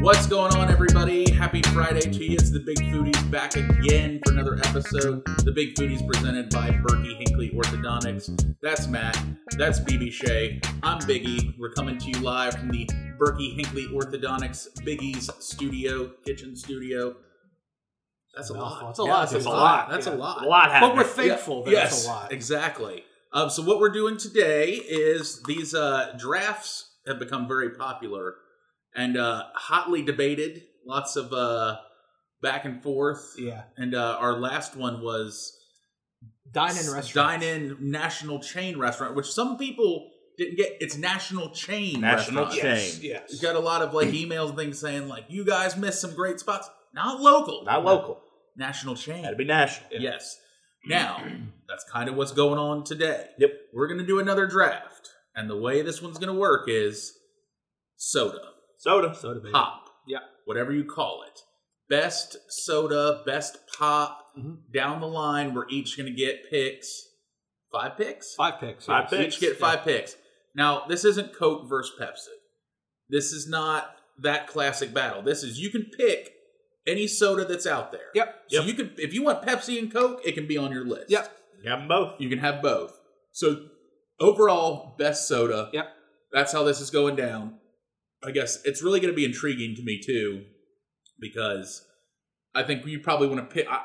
What's going on, everybody? Happy Friday to you. It's the Big Foodies back again for another episode. The Big Foodies presented by Berkey Hinckley Orthodontics. That's Matt. That's BB Shea. I'm Biggie. We're coming to you live from the Berkey Hinckley Orthodontics Biggie's studio, kitchen studio. That's a lot. That's a lot. That's a That's a lot. lot. That's Yeah. a lot. A lot But happened. we're thankful Yeah, that yes, it's a lot. Exactly. Um, so what we're doing today is these uh, drafts have become very popular and uh, hotly debated. Lots of uh, back and forth. Yeah. And uh, our last one was Dine in restaurant. dine-in national chain restaurant, which some people didn't get. It's national chain. National restaurant. chain. Yes. Shame. Yes. We've got a lot of like emails and things saying like, "You guys missed some great spots." Not local. Not local. National chain. That'd be national. Yes. Now, that's kind of what's going on today. Yep. We're going to do another draft. And the way this one's going to work is soda, Soda. Soda, baby. pop, Yeah. whatever you call it. Best soda, best pop. Mhm. Down the line, we're each going to get picks. Five picks? Five picks. Five yes. We each get five picks. Now, this isn't Coke versus Pepsi. This is not that classic battle. This is you can pick any soda that's out there. Yep. So Yep. you can, if you want Pepsi and Coke, it can be on your list. Yep. You have them both. You can have both. So overall, best soda. Yep. That's how this is going down. I guess it's really going to be intriguing to me too, because I think you probably want to pick. I,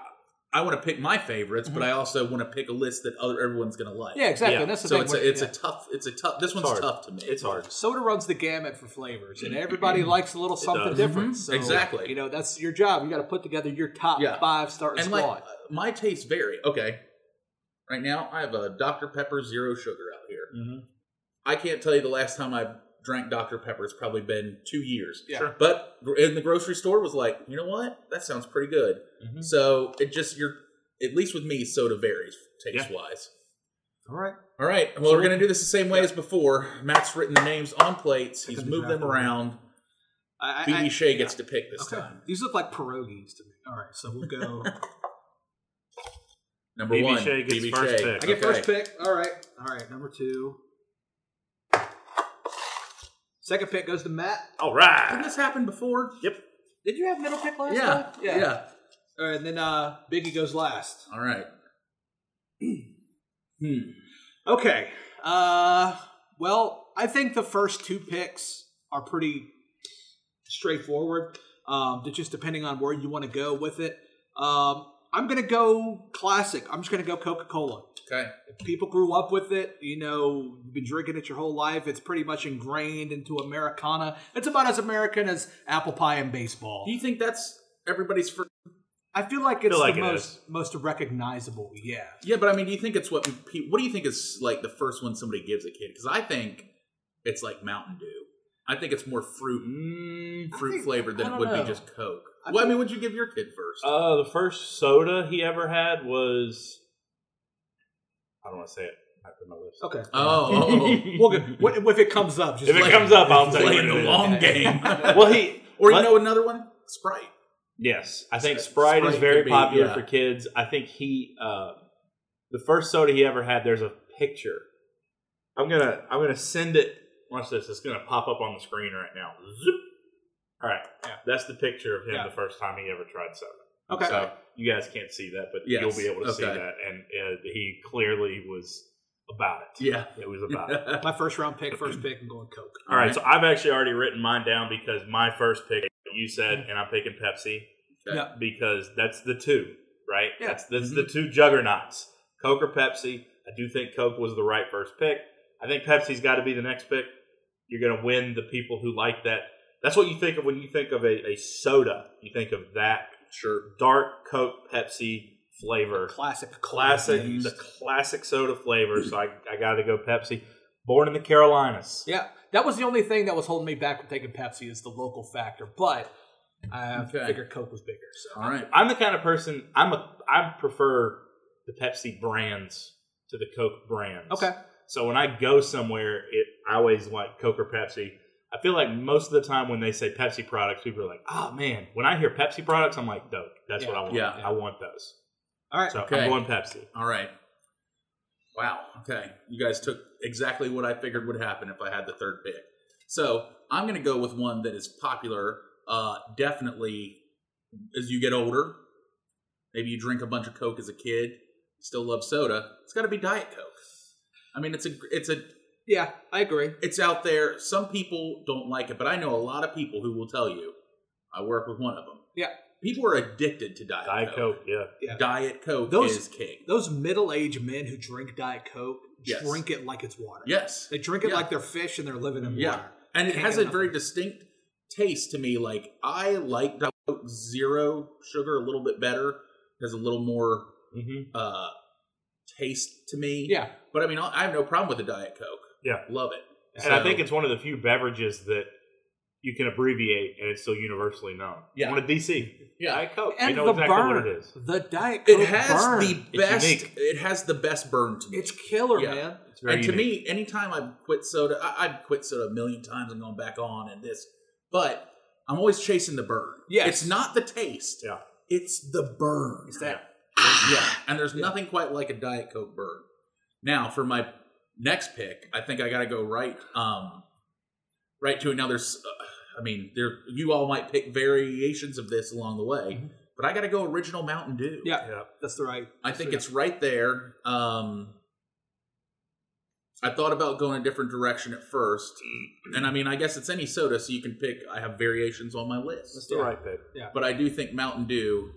I want to pick my favorites, but I also want to pick a list that other everyone's going to like. Mm-hmm. Yeah, exactly. Yeah. And That's the So thing. it's a, we're- it's yeah. a tough. It's a tough. This It's one's hard. tough to me. It's hard. soda runs the gamut for flavors, Mm-hmm. and everybody likes a little something does. different. Mhm. So, Exactly. You know, that's your job. You got to put together your top Yeah. five starting and like squad. my tastes vary. Okay, right now I have a Dr Pepper Zero Sugar out here. Mm-hmm. I can't tell you the last time I drank Dr. Pepper. It's probably been two years. Yeah. Sure. But gr- in the grocery store was like, you know what? That sounds pretty good. Mhm. So it just you're at least with me, soda varies taste wise. All right. All right. Well, we're gonna do this the same way as before. Matt's written the names on plates. He's Took a moved draft them around. I, I- I- BB E Shea yeah. gets to pick this Okay. time. These look like pierogies to me. All right, so we'll go. Number BB one, Shea gets BB first Shea. pick. I get Okay. first pick. All right. All right. Number two. Second pick goes to Matt. All Didn't right. this happen before? Yep. Did you have middle pick last Yeah. time? yeah. All right, and then uh, Biggie goes last. All right. hmm. Okay. Uh, well, I think the first two picks are pretty straightforward. Um, d- just depending on where you want to go with it. Um, I'm gonna go classic. I'm just gonna go Coca Cola. Okay. People grew up with it. You know, you've been drinking it your whole life. It's pretty much ingrained into Americana. It's about as American as apple pie and baseball. Do you think that's everybody's first? I feel like it's Feel like the it most is. most recognizable. Yeah. Yeah, but I mean, do you think it's what? pe- What do you think is like the first one somebody gives a kid? Because I think it's like Mountain Dew. I think it's more fruit Mm, fruit I think- flavored than I it don't would know. be just Coke. I well, I think- mean, would you give your kid first? uh, the first soda he ever had was. I don't want to say it. I don't know this. Okay. oh, Well, good. What- if it comes up, just If it like- comes up, I'll oh, tell you. playing what it the is. long game. Well, he. or you let- know another one, Sprite. Yes, I think Sprite- Sprite, Sprite is very could be- popular yeah. for kids. I think he, uh, the first soda he ever had. There's a picture. I'm gonna, I'm gonna send it. Watch this. It's gonna pop up on the screen right now. Zoop. All right, Yeah. that's the picture of him Yeah. the first time he ever tried soda. Okay. So you guys can't see that, but Yes, you'll be able to see okay. that. And uh, he clearly was about it. Yeah. It was about it. All My first round pick, first pick, I'm going Coke. All right, so I've actually already written mine down because my first pick you said, and I'm picking Pepsi Mm-hmm. Okay. Mm-hmm. Yeah. because that's the two, right? Yeah. That's that's the two juggernauts, Coke or Pepsi. I do think Coke was the right first pick. I think Pepsi's got to be the next pick. You're going to win the people who like that. That's what you think of when you think of a, a soda. You think of that sure. dark Coke Pepsi flavor Classic, classic, Coke. the classic soda flavor. So I, I got to go Pepsi. Born in the Carolinas. Yeah, that was the only thing that was holding me back from taking Pepsi is the local factor, but I Okay. figured Coke was bigger. So All right. I'm the kind of person I'm a I prefer the Pepsi brands to the Coke brands. okay, So when I go somewhere, it I always like Coke or Pepsi. I feel like most of the time when they say Pepsi products, people are like, "Oh man!" When I hear Pepsi products, I'm like, "Dope, that's what I want. Yeah. I want those." all right. So Okay. I'm going Pepsi. All right. Wow. Okay. You guys took exactly what I figured would happen if I had the third pick. So I'm going to go with one that is popular uh, definitely as you get older, maybe you drink a bunch of Coke as a kid, still love soda. It's got to be Diet Coke. I mean, it's a it's a Yeah, I agree. it's out there. Some people don't like it, but I know a lot of people who will tell you. I work with one of them. Yeah. people are addicted to Diet, Diet Coke, yeah. Diet Coke Those- is king. Those middle aged men who drink Diet Coke Yes. drink it like it's water. Yes, They drink it Yeah. like they're fish and they're living in Yeah. water. and it Can't has get a enough very of it. distinct taste to me. Like I like Diet Coke Zero sugar a little bit better. Has a little more Mm-hmm. uh, taste to me. Yeah. But I mean, I have no problem with a Diet Coke. Yeah. love it. And So- I think it's one of the few beverages that you can abbreviate and it's still universally known. Yeah. One of DC. yeah. Diet Coke. And they know the exactly what burn. it is. The Diet Coke It has burn. the It's best. unique. It has the best burn to me. It's killer, Yeah. man. It's and to me, anytime I've quit soda, I, I've quit soda a million times and gone back on and this, but I'm always chasing the burn. Yes. It's not the taste. Yeah. It's the burn. It's that yeah. And there's Yeah. nothing quite like a Diet Coke burn. Now, for my next pick, I think I got to go right um right to another s- uh, I mean, there you all might pick variations of this along the way, Mhm. but I got to go original Mountain Dew. Yeah. Yeah. that's the right. I think Yeah. it's right there. Um, I thought about going a different direction at first, Mm. and I mean, I guess it's any soda, so you can pick. I have variations on my That's list, the Yeah. right pick. but I do think Mountain Dew.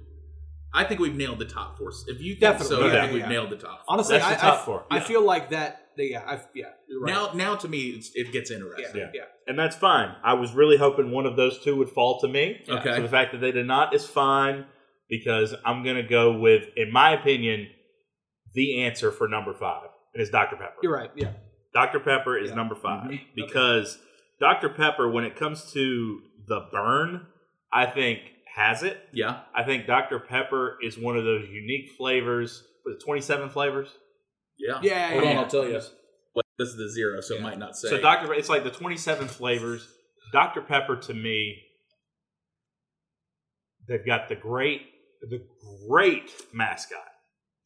I think we've nailed the top four. If you think Definitely. soda, Yeah, I think yeah. we've nailed the top. four. Honestly, That's I, the top I, four. I Yeah. feel like that. Yeah, I, yeah, you're right. Now, now to me, it's, it gets yeah, interesting. yeah, Yeah. And that's fine. I was really hoping one of those two would fall to me. Yeah. Okay, So the fact that they did not is fine because I'm going to go with, in my opinion, the answer for number five. And it's Dr. Pepper. you're right. Yeah, Dr. Pepper is Yeah. Mm-hmm. number 5 Mhm. because Dr. Pepper, when it comes to the burn, I think has it. yeah, I think Dr. Pepper is one of those unique flavors. Was it 27 flavors? yeah, yeah, Hold yeah. on, I'll tell you. But this is the zero, so it Yeah. might not say. So Dr. Pe- It's like the 27 flavors. Dr. Pepper to me, they've got the great, the great mascot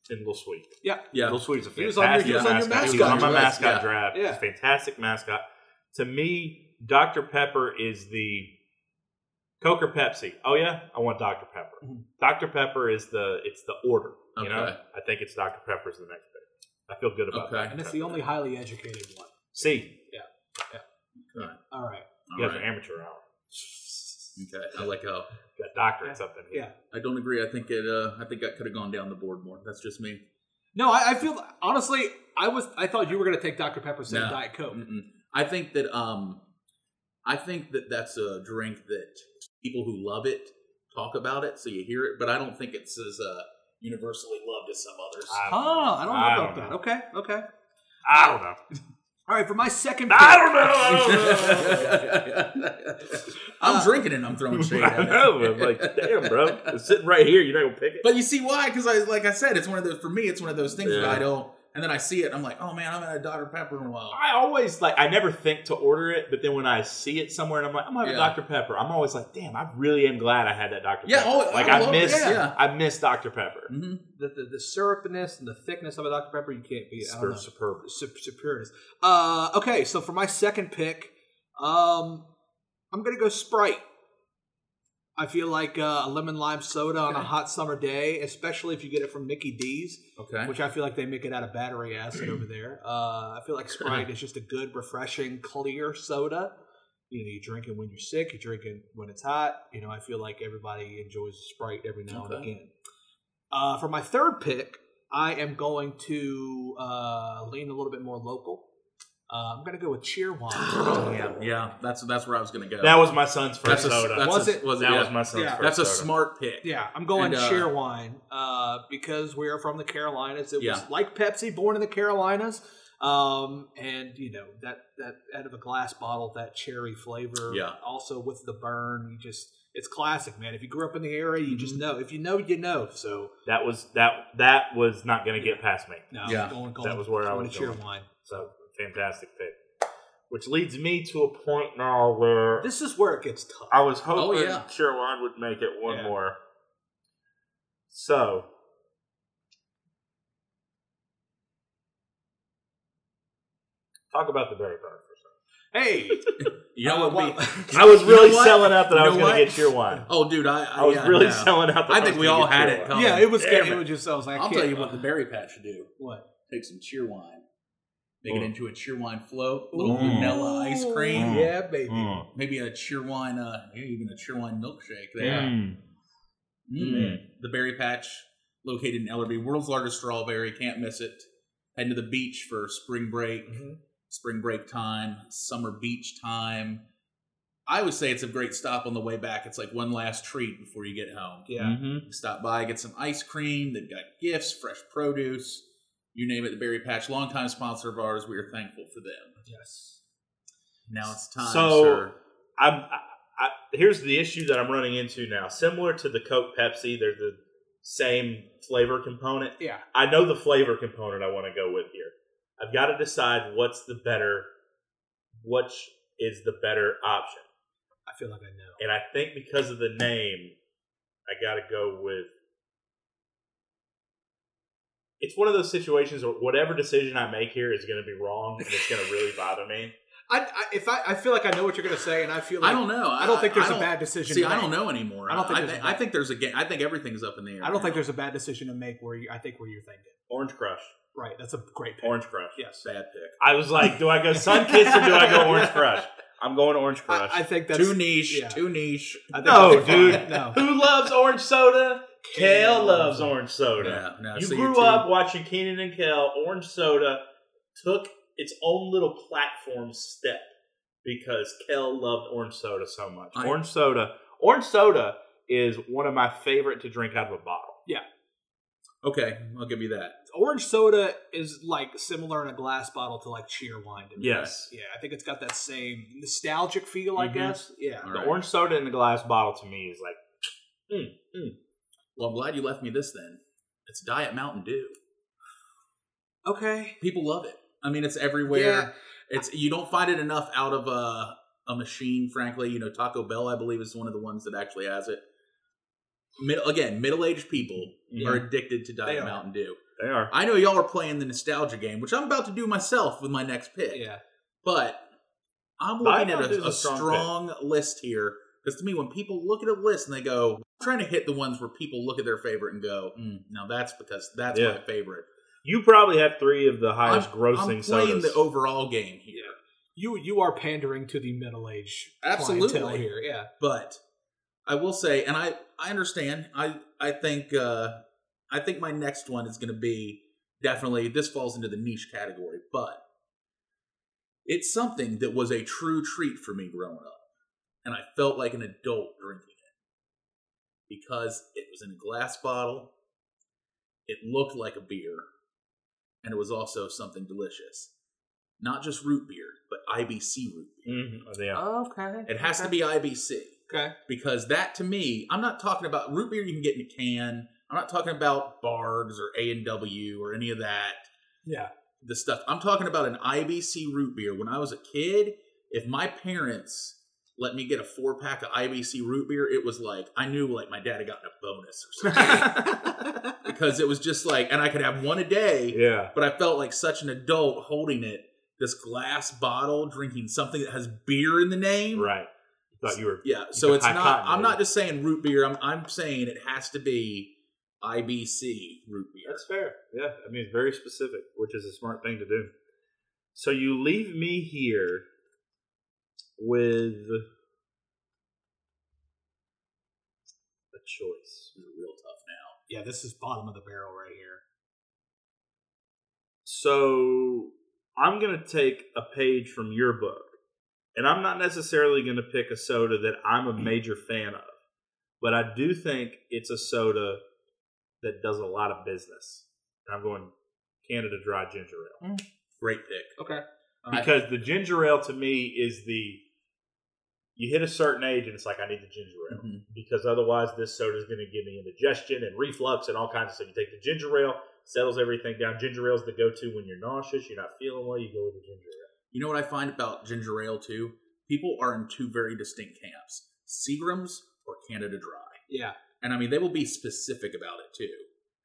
in Little Sweet. yeah, Little Sweet's a He was on your- fantastic he was on your mascot. He was mascot on my draft, mascot yeah. draft. Yeah. He's a fantastic mascot. To me, Dr. Pepper is the Coke or Pepsi. Oh yeah, I want Dr. Pepper. Mhm. Dr. Pepper is the it's the order. You know, Okay. I think it's Dr. Pepper's the next pick. I feel good about Okay. that. and it's the only highly educated one. C. All right. All You guys right. are amateur hour. Okay, I like how Got doctorates up in here. Yeah. I don't agree. I think it. Uh, I think I could have gone down the board more. That's just me. No, I, I feel honestly, I was, I thought you were gonna take Dr Pepper said No. Diet Coke. Mm-mm. I think that. Um, I think that that's a drink that people who love it talk about it, so you hear it. But I don't think it's as uh, universally loved as some others. I don't, Oh, I don't know I about don't that. Okay, okay. I don't know. All right, for my second. Pick, I don't know. I don't know. I'm Uh, drinking it. I'm throwing shade. I At it. know. I'm like, damn, bro. It's sitting right here. You're not gonna pick it. But you see why? Because I, like I said, it's one of those. For me, it's one of those things that Yeah. I don't. And then I see it, I'm like, oh man, I'm at a Dr Pepper in a while. I always like I never think to order it, but then when I see it somewhere and I'm like, I'm gonna have Yeah. a Dr. Pepper, I'm always like, damn, I really am glad I had that Dr. Yeah, Pepper. oh, like I I, love- miss yeah. I miss Dr. Pepper. hmm the, the the syrupiness and the thickness of a Dr Pepper, you can't beat. I don't know. Super- superb. Sup- superiorness. Uh, okay, so for my second pick, um, I'm gonna go Sprite. I feel like uh, a lemon lime soda on a Okay. hot summer day, especially if you get it from Mickey D's, Okay. which I feel like they make it out of battery acid over there. Uh, I feel like Sprite is just a good, refreshing, clear soda. You know, you drink it when you're sick, you drink it when it's hot. You know, I feel like everybody enjoys Sprite every now and Okay. again. Uh, for my third pick, I am going to uh, lean a little bit more local. Uh, I'm going to go with Cheerwine. Oh, yeah, yeah. That's that's where I was gonna go. That was my son's first that's a, soda. That's Was a, it- Was it? that yeah. was my son's Yeah. first That's a soda. smart pick. Yeah, I'm going And, uh, Cheerwine uh, because we're from the Carolinas. It Yeah. was like Pepsi, born in the Carolinas, um, and you know that that out of a glass bottle, that cherry flavor. Yeah. Also with the burn, you just it's classic, man. If you grew up in the area, you Mm-hmm. just know. If you know, you know. So That was that that was not gonna get past me. no, Yeah. I'm going, going, That was where I going was to going. Cheerwine. So fantastic pick. Which leads me to a point now where This is where it gets tough. I was hoping Oh, yeah. Caroline would make it one Yeah. more. So. Talk about the berry burn for a Hey, You know uh, what? what- We, I was You really know what? selling out that You I was know going what? to get your wine. Oh, dude, I, I, I was yeah, really no. selling out. That I was think we gonna all get had your it wine. coming. yeah, it was. Damn It. it. was just. I was like, I'll I can't- tell you what the berry patch should do. What? Take some cheer wine, make Mm. it into a cheer wine float, a little Mm. vanilla ice cream, Mm. Yeah, baby. Mm. maybe a cheer wine, uh, maybe even a cheer wine milkshake there. Mm. Mm-hmm. Mm. The Berry Patch, located in Ellerby, world's largest strawberry. Can't miss it. Head to the beach for spring break, Mhm. spring break time, summer beach time. I would say it's a great stop on the way back. It's like one last treat before you get home. Yeah. Mhm. Stop by, get some ice cream. They've got gifts, fresh produce, you name it. The Berry Patch, longtime sponsor of ours. We are thankful for them. Yes. Now it's time, So- sir. I'm, I, I, here's the issue that I'm running into now. Similar to the Coke Pepsi, they're the same flavor component. Yeah. I know the flavor component I want to go with here. I've got to decide what's the better, which is the better option. I feel like I know. And I think because of the name, I got to go with. It's one of those situations where whatever decision I make here is going to be wrong and it's going to really bother me. I, I if I, I feel like I know what you're gonna say, and I feel like I don't know. I don't think there's a a bad decision. See, to I don't make. know anymore. I don't think I, there's thi- a- I think there's a game. I think everything's up in the air. I don't think now. there's a bad decision to make where you, I think where you're thinking. Orange Crush. Right. That's a great pick. Orange Crush. Yes. bad pick. I was like, do I go Sun Kiss or do I go Orange Crush? I'm going Orange Crush. I, I think that's too niche. yeah. Too niche. Oh, I think No, that's fine. dude. No. Who loves orange soda? Kale loves orange soda. Yeah, no, you so grew too- up watching Keenan and Kale. Orange soda took its own little platform step because Kale loved orange soda so much. I- orange soda. Orange soda is one of my favorite to drink out of a bottle. Okay, I'll give you that. Orange soda is like similar in a glass bottle to like cheer wine. To me. Yes. Yeah, I think it's got that same nostalgic feel. I Mhm. guess. Yeah. All The right. orange soda in the glass bottle to me is like Well, I'm glad you left me this then. It's Diet Mountain Dew. Okay. People love it. I mean, it's everywhere. Yeah. It's you don't find it enough out of a a machine. Frankly, you know, Taco Bell, I believe, is one of the ones that actually has it. Mid- again, middle aged people Yeah. are addicted to They Diet are. Mountain Dew. they are. I know y'all are playing the nostalgia game, which I'm about to do myself with my next pick. Yeah. But I'm Diet looking at Mountain a, Dew's a a strong strong list here because to me, when people look at a list and they go, I'm trying to hit the ones where people look at their favorite and go, mm, "Now that's because that's Yeah. my favorite." You probably have three of the highest grossing I'm playing sodas. the overall game here, You you are pandering to the middle age Absolutely. clientele here. Yeah. but I will say, and I I understand. I I think uh, I think my next one is going to be definitely this falls into the niche category, but it's something that was a true treat for me growing up, and I felt like an adult drinking it because it was in a glass bottle. It looked like a beer, and it was also something delicious. Not just root beer, but IBC root beer. Mhm. Yeah. Okay. It has to be IBC Okay. because that to me, I'm not talking about root beer you can get in a can. I'm not talking about Bargs or A and W or any of that Yeah. the stuff. I'm talking about an IBC root beer. When I was a kid, if my parents let me get a four pack of IBC root beer, it was like I knew like my dad had gotten a bonus or something because it was just like, and I could have one a day. yeah. But I felt like such an adult holding it, this glass bottle, drinking something that has beer in the name. Right. Thought you were Yeah, so could it's high not. cotton, I'm maybe. not just saying root beer. I'm I'm saying it has to be IBC root beer. That's fair. Yeah, I mean, it's very specific, which is a smart thing to do. So you leave me here with a choice. These are real tough now. yeah. This is bottom of the barrel right here. So I'm going to take a page from your book, and I'm not necessarily going to pick a soda that I'm a major fan of, but I do think it's a soda that does a lot of business. And I'm going Canada Dry Ginger Ale. Great pick. Okay. because the ginger ale to me is the you hit a certain age and it's like I need the ginger ale Mhm. because otherwise this soda is going to give me indigestion and reflux and all kinds of stuff. You take the ginger ale, settles everything down. Ginger ale is the go-to when you're nauseous, you're not feeling well. You go with the ginger ale. You know what I find about ginger ale too? People are in two very distinct camps: Seagram's or Canada Dry. Yeah. And I mean, they will be specific about it too,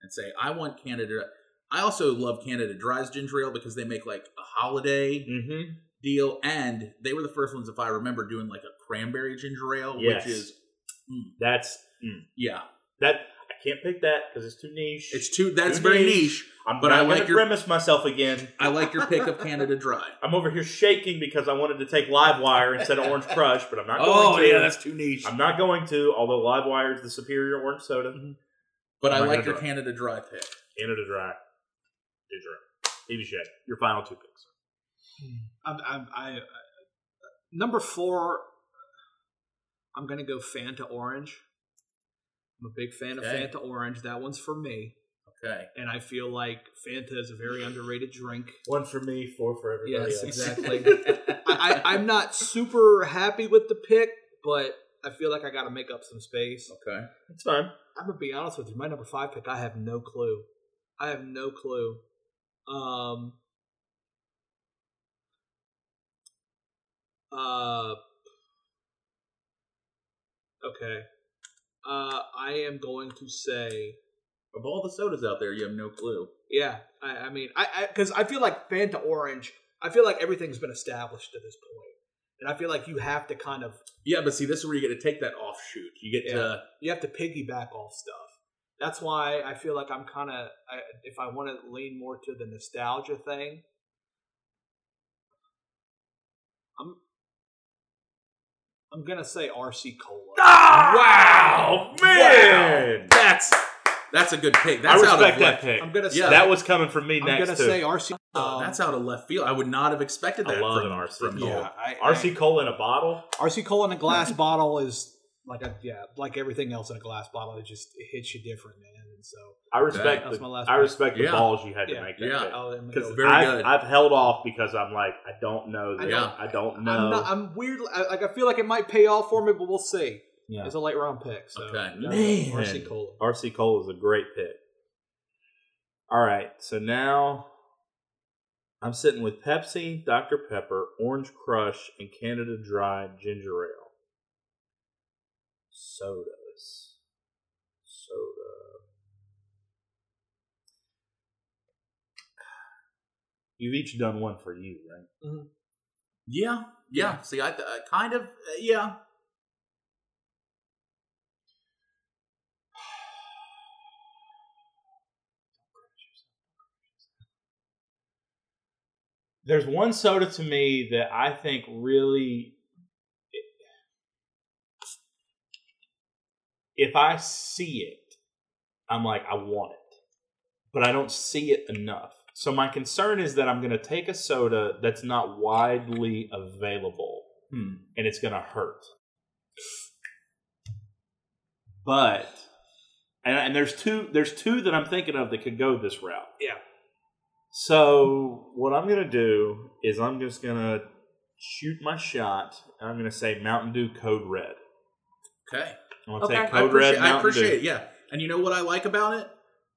and say, "I want Canada." I also love Canada Dry's ginger ale because they make like a holiday Mm-hmm. deal, and they were the first ones, if I remember, doing like a cranberry ginger ale, Yes. which is That's yeah, that. I can't pick that because it's too niche. it's too that's Too very niche. niche. I'm but not I gonna like your- grimace myself again. I like your pick of Canada Dry. I'm over here shaking because I wanted to take Livewire instead of Orange Crush, but I'm not Oh going to. yeah, that's too niche. I'm not going to. Although Livewire is the superior orange soda. but I I'm not like gonna your dry. Canada Dry pick. Canada Dry, Didra, BB Shay. Your final two picks. I'm, I'm, I, I number four. I'm gonna go Fanta Orange. I'm a big fan Okay. of Fanta Orange. That one's for me, Okay. and I feel like Fanta is a very underrated drink. One for me, four for everybody. Yes, else. exactly. I, I, I'm not super happy with the pick, but I feel like I got to make up some space. Okay. It's fine. I'm gonna be honest with you. My number five pick, I have no clue. I have no clue. Um. Uh. Okay. Uh, I am going to say, Of all the sodas out there, you have no clue. yeah. I, I mean, I because I, feel like Fanta Orange. I feel like everything's been established to this point, and I feel like you have to kind of Yeah, but see, this is where you get to take that offshoot. You get to you have to piggyback off stuff. That's why I feel like I'm kind of if I want to lean more to the nostalgia thing. I'm I'm gonna say RC Cola. Ah! wow, man. that's that's a good pick. That's I respect out of that left, pick. I'm gonna say Yeah, That was coming from me I'm next. gonna too. say RC. uh, um, that's out of left field. I would not have expected I that love from an RC. From yeah. Dole. I, RC Cola in a bottle. I- RC Cola in a glass bottle is like a yeah, like everything else in a glass bottle. It just it hits you different, man. And so I respect. That's The, my last I pick. respect the Yeah. balls you had to Yeah. make that Yeah. pick. I'll, I'm gonna go because with Very I've, good. I've held off because I'm like I don't know I that don't- I don't know. I'm not. I'm weird. I, like I feel like it might pay off for me, but we'll see. Yeah. It's a late round pick. So Okay. Yeah. Man. RC Cola. RC Cole is a great pick. All right, so now I'm sitting with Pepsi, Dr Pepper, Orange Crush, and Canada Dry Ginger Ale. Sodas. Soda. You've each done one for you, right? Yeah, yeah. See, I uh, kind of uh, yeah. there's one soda to me that I think really if I see it, I'm like I want it. But I don't see it enough. So my concern is that I'm going to take a soda that's not widely available Hmm. and it's going to hurt. But and, and there's two there's two that I'm thinking of that could go this route. Yeah. So what I'm gonna do is I'm just gonna shoot my shot, and I'm gonna say Mountain Dew Code Red. Okay. I'm gonna Okay. take I Code appreciate, Red I Mountain appreciate Dew. it. Yeah, and you know what I like about it?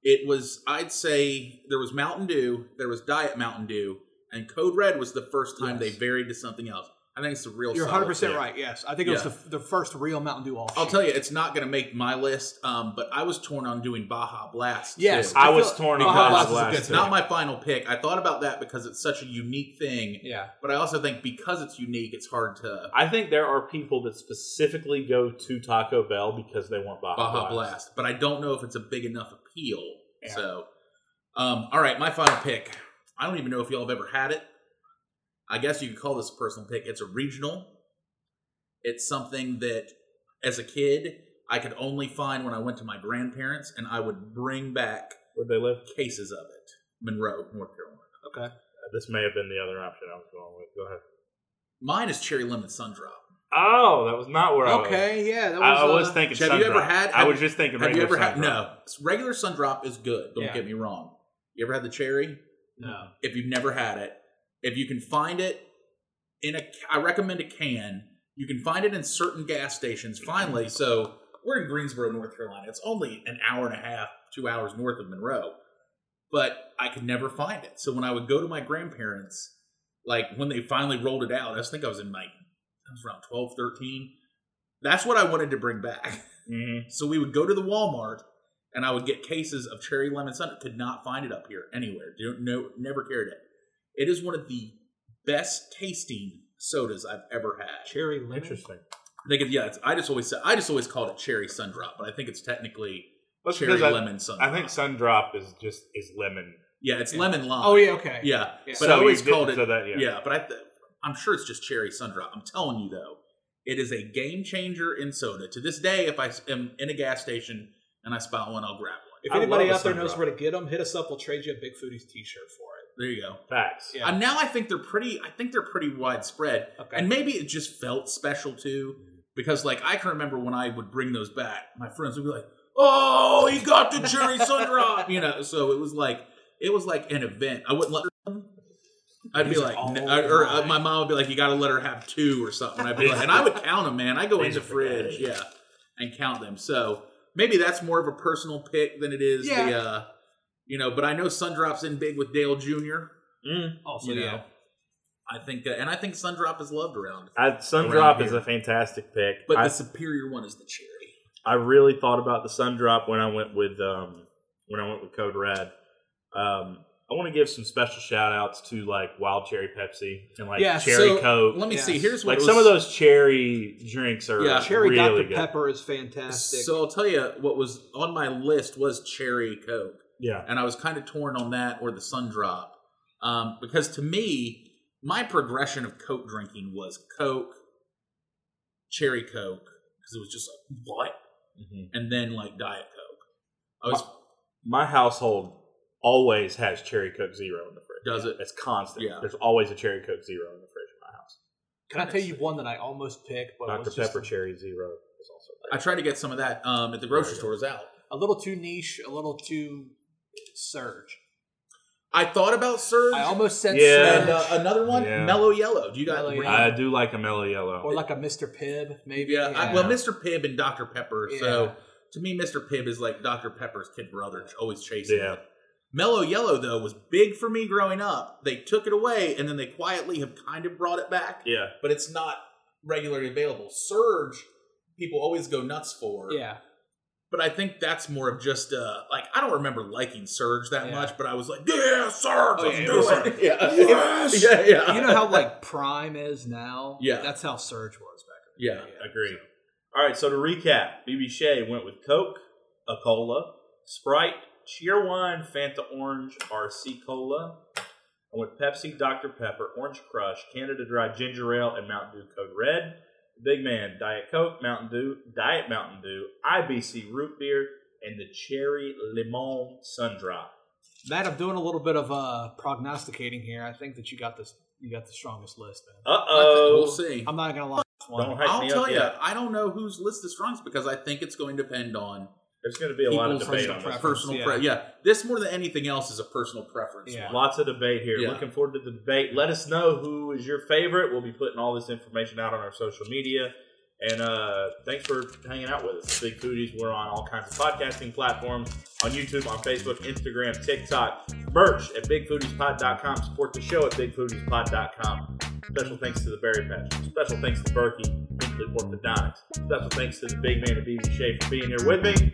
It was I'd say there was Mountain Dew, there was Diet Mountain Dew, and Code Red was the first time Yes. they varied to something else. I think it's the real. You're solid 100 percent pick. right. Yes, I think it Yeah. was the, the first real Mountain Dew offshoot. I'll tell you, it's not going to make my list, um, but I was torn on doing Baja Blast. Yes, too. I feel- was torn on Baja Baja Baja Blast, Blast. is good. It's too. not my final pick. I thought about that because it's such a unique thing, Yeah. but I also think because it's unique, it's hard to I think there are people that specifically go to Taco Bell because they want Baja, Baja Blast. Blast, but I don't know if it's a big enough appeal. Yeah. So, um, all right, my final pick. I don't even know if y'all have ever had it. I guess you could call this a personal pick. It's a regional. It's something that, as a kid, I could only find when I went to my grandparents, and I would bring back Where they live? cases of it. Monroe, North Carolina. Okay. This may have been the other option I was going with. Go ahead. Mine is cherry lemon sundrop. Oh, that was not where I was. Okay. Yeah. That was, I, I was uh, thinking. have you ever Sundrop. had- I was just thinking. Have you ever regular had? Sundrop. No, regular sundrop is good. Don't Yeah. get me wrong. You ever had the cherry? No. if you've never had it if you can find it in a i recommend a can you can find it in certain gas stations finally so we're in greensboro north carolina it's only an hour and a half two hours north of monroe but i could never find it so when i would go to my grandparents like when they finally rolled it out i just think i was in my i was around 12 13 that's what i wanted to bring back Mhm. so we would go to the Walmart, and I would get cases of cherry lemon sun. Could not find it up here anywhere. Don't no, never carried it. It is one of the best tasting sodas I've ever had. Cherry lemon. Interesting. They give yeah. It's, I just always said I just always called it cherry sundrop, but I think it's technically That's cherry because I, lemon sundrop. I think Sundrop is just is lemon. yeah, it's Yeah. lemon lime. Oh yeah. Okay. yeah. Yeah. But So I always you didn't- called it so that, yeah. yeah. But I th- I'm sure it's just cherry sundrop. I'm telling you though, it is a game changer in soda. To this day, if I s- am in a gas station and I spot one, I'll grab one. If I anybody love a out there Sun knows Drop. where to get them, hit us up. We'll trade you a Big Foodies T-shirt for There you go. Facts. Yeah. And Uh, now I think they're pretty. I think they're pretty widespread, it. Okay. and maybe it just felt special too, because like I can remember when I would bring those back, my friends would be like, "Oh, he got the cherry sundrop," you know. So it was like it was like an event. I wouldn't let. Her I'd be These like, are n- all I- or uh, mine. my mom would be like, "You got to let her have two or something." I'd be like, and I would count them, man. I go in These the are for daddy. fridge, yeah, and count them. So maybe that's more of a personal pick than it is the, Yeah. uh, you know. But I know Sundrop's in big with Dale Jr Mm. also, you know. yeah. I think, uh, and I think Sundrop is loved around, I, Sundrop Around is here. a fantastic pick. but I, the superior one is the cherry. I really thought about the Sundrop when I went with um, when I went with Code Red. Um, I want to give some special shout outs to like Wild Cherry Pepsi and like Yeah, Cherry so Coke. Let me Yes. see. Here's what Like it was- some of those cherry drinks are Yeah. Cherry really Dr good. Pepper is fantastic. So I'll tell you what was on my list was cherry coke, Yeah, and I was kind of torn on that or the Sundrop, um, because to me, my progression of coke drinking was coke, cherry coke, because it was just like what, Mhm. and then like diet coke. I was my household always has Cherry Coke Zero in the fridge. does it. It's constant. Yeah. There's always a Cherry Coke Zero in the fridge in my house. Can I tell you one that I almost picked, but it Dr was just Pepper Cherry Zero is also. I tried to get some of that um, at the grocery There you go. store. It was out. a little too niche, a little too surge. I thought about Surge. I almost said Yeah. And surge, uh, another one, Yeah. Mellow Yellow. Do you guys? Mellow Mellow Yellow. I do like a mellow yellow. or like a Mr. Pibb, maybe. uh, yeah. I- well, Mr. Pibb and Dr. Pepper. Yeah. So to me, Mr. Pibb is like Dr. Pepper's kid brother, ch- always chasing. Yeah. it. Mellow Yellow though was big for me growing up. They took it away, and then they quietly have kind of brought it back, yeah, but it's not regularly available. Surge, people always go nuts for. yeah, But I think that's more of just uh like I don't remember liking Surge that Yeah. much, but I was like, yeah, Surge, Oh, let's yeah, it do was it. Yeah. Yes! yeah, yeah, you know how like Prime is now. Yeah. that's how surge was back. yeah. in the day. agree. All right, so to recap, BB Shea went with Coke, a cola, Sprite, Cheerwine, Fanta Orange, RC Cola. I went Pepsi, Dr. Pepper, Orange Crush, Canada Dry Ginger Ale, and Mountain Dew Code Red. Big Man, Diet Coke, Mountain Dew, Diet Mountain Dew, IBC Root Beer, and the Cherry Limon Sundrop. Matt, I'm doing a little bit of uh, prognosticating here. I think that you got this. You got the strongest list, man. Uh we'll oh. see. I'm not gonna lie. It's one. Don't hype I'll me tell up you, yet. I don't know whose list is strongest because I think it's going to depend on There's going to be a lot of People's debate personal on this. preference. personal. yeah. Pre- yeah, this more than anything else is a personal preference. Yeah. one. Lots of debate here. Yeah. Looking forward to the debate. Let us know who is your favorite. We'll be putting all this information out on our social media. And uh, thanks for hanging out with us. Big Foodies, we're on all kinds of podcasting platforms on YouTube, on Facebook, Instagram, TikTok, merch at bigfoodiespod.com. Support the show at bigfoodiespod.com. Special thanks to the Berry Patch. Special thanks to Berkey, Hinkley Orthodontics. Special thanks to the big man at BB Shea for being here with me.